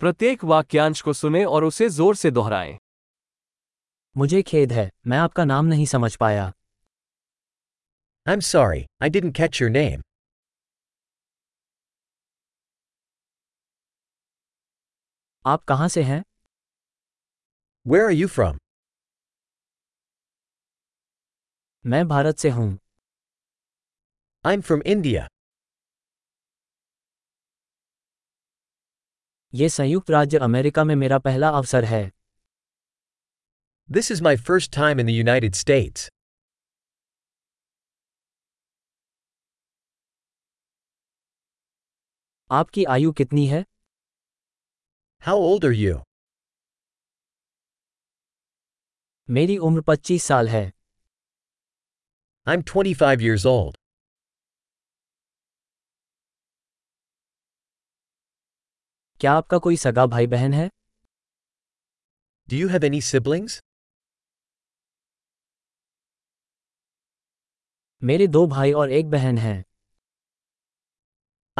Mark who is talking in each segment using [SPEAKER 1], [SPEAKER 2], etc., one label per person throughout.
[SPEAKER 1] प्रत्येक वाक्यांश को सुने और उसे जोर से दोहराएं
[SPEAKER 2] मुझे खेद है मैं आपका नाम नहीं समझ पाया
[SPEAKER 3] I'm sorry, I didn't catch your name.
[SPEAKER 2] आप कहाँ से हैं
[SPEAKER 3] Where are you from?
[SPEAKER 2] मैं भारत से हूँ
[SPEAKER 3] I'm from India.
[SPEAKER 2] ये संयुक्त राज्य अमेरिका में मेरा पहला अवसर है
[SPEAKER 3] This is my first time in the United States.
[SPEAKER 2] आपकी आयु कितनी है
[SPEAKER 3] How old are you?
[SPEAKER 2] मेरी उम्र 25 साल है
[SPEAKER 3] I'm 25 years old.
[SPEAKER 2] क्या आपका कोई सगा भाई बहन है
[SPEAKER 3] Do you have any siblings?
[SPEAKER 2] मेरे दो भाई और एक बहन है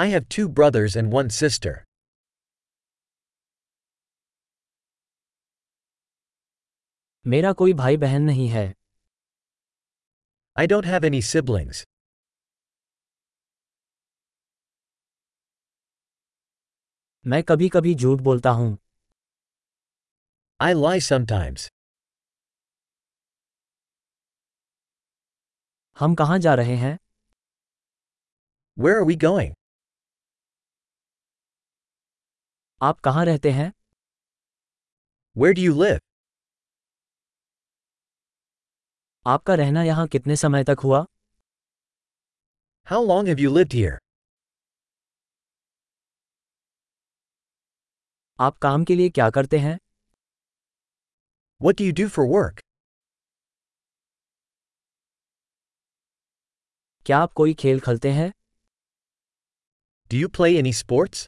[SPEAKER 3] I have two brothers and one sister.
[SPEAKER 2] मेरा कोई भाई बहन नहीं है
[SPEAKER 3] I don't have any siblings.
[SPEAKER 2] मैं कभी कभी झूठ बोलता हूँ
[SPEAKER 3] I lie sometimes.
[SPEAKER 2] हम कहाँ जा रहे हैं
[SPEAKER 3] Where are we going?
[SPEAKER 2] आप कहाँ रहते हैं
[SPEAKER 3] Where do you live?
[SPEAKER 2] आपका रहना यहाँ कितने समय तक हुआ
[SPEAKER 3] How long have you lived here?
[SPEAKER 2] आप काम के लिए क्या करते हैं
[SPEAKER 3] What do you do for work?
[SPEAKER 2] क्या आप कोई खेल खेलते हैं
[SPEAKER 3] Do you play any sports?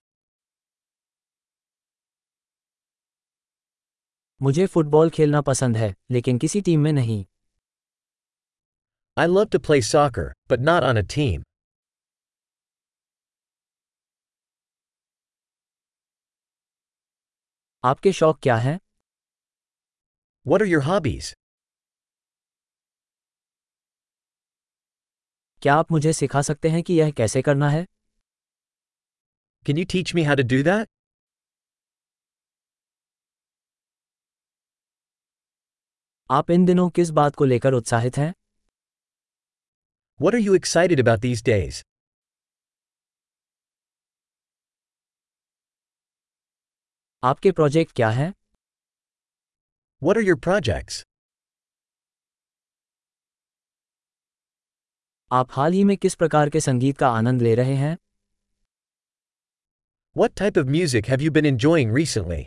[SPEAKER 2] मुझे फुटबॉल खेलना पसंद है लेकिन किसी टीम में नहीं
[SPEAKER 3] I love to play soccer, but not on a team.
[SPEAKER 2] आपके शौक क्या हैं
[SPEAKER 3] What are your hobbies?
[SPEAKER 2] क्या आप मुझे सिखा सकते हैं कि यह कैसे करना है
[SPEAKER 3] Can you teach me how to do that?
[SPEAKER 2] आप इन दिनों किस बात को लेकर उत्साहित हैं
[SPEAKER 3] What are you excited about these days?
[SPEAKER 2] आपके प्रोजेक्ट क्या हैं
[SPEAKER 3] What are your projects?
[SPEAKER 2] आप हाल ही में किस प्रकार के संगीत का आनंद ले रहे हैं
[SPEAKER 3] What type of music have you been enjoying recently?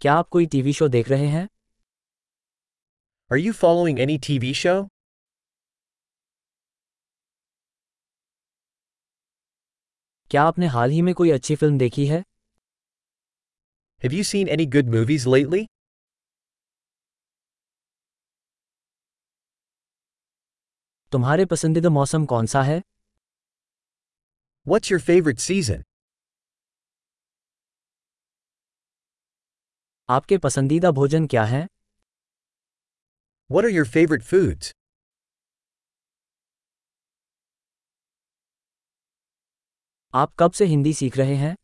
[SPEAKER 2] क्या आप कोई टीवी शो देख रहे हैं
[SPEAKER 3] Are you following any TV show?
[SPEAKER 2] क्या आपने हाल ही में कोई अच्छी फिल्म देखी है
[SPEAKER 3] Have you seen any good movies lately?
[SPEAKER 2] तुम्हारे पसंदीदा मौसम कौन सा है
[SPEAKER 3] What's your favorite season?
[SPEAKER 2] आपके पसंदीदा भोजन क्या है
[SPEAKER 3] What are your favorite foods?
[SPEAKER 2] आप कब से हिंदी सीख रहे हैं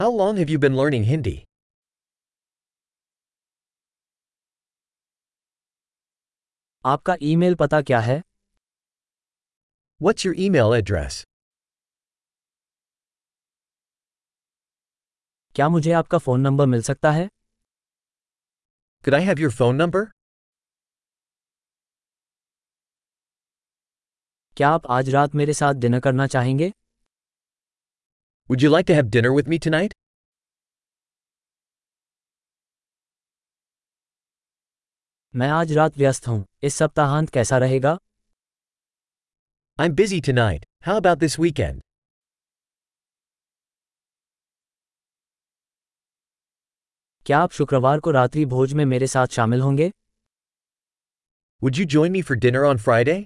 [SPEAKER 3] How long have you been learning Hindi?
[SPEAKER 2] आपका ईमेल पता क्या है
[SPEAKER 3] What's your email address?
[SPEAKER 2] क्या मुझे आपका फ़ोन नंबर मिल सकता है
[SPEAKER 3] Could I have your phone number?
[SPEAKER 2] क्या आप आज रात मेरे साथ डिनर करना चाहेंगे
[SPEAKER 3] Would you like to have dinner with me tonight?
[SPEAKER 2] मैं आज रात व्यस्त हूँ इस सप्ताहांत कैसा रहेगा
[SPEAKER 3] I'm busy tonight. How about this weekend?
[SPEAKER 2] क्या आप शुक्रवार को रात्रि भोज में मेरे साथ शामिल होंगे
[SPEAKER 3] Would you join me for dinner on Friday?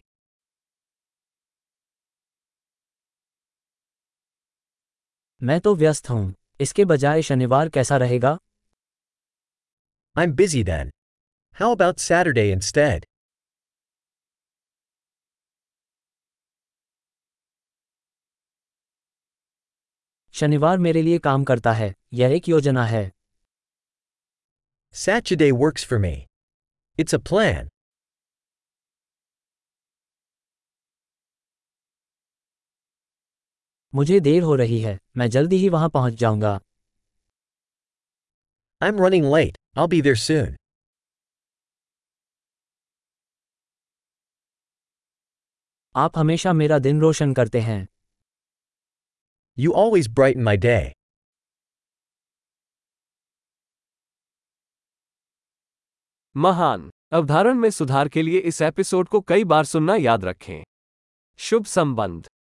[SPEAKER 2] मैं तो व्यस्त हूँ इसके बजाय शनिवार कैसा रहेगा
[SPEAKER 3] I'm busy then. How about Saturday instead?
[SPEAKER 2] शनिवार मेरे लिए काम करता है यह एक योजना है
[SPEAKER 3] Saturday works for me. It's a plan.
[SPEAKER 2] मुझे देर हो रही है मैं जल्दी ही वहां पहुंच जाऊंगा
[SPEAKER 3] I'm running late. I'll be there soon.
[SPEAKER 2] आप हमेशा मेरा दिन रोशन करते हैं
[SPEAKER 3] You always brighten my day.
[SPEAKER 1] महान अवधारण में सुधार के लिए इस एपिसोड को कई बार सुनना याद रखें शुभ संबंध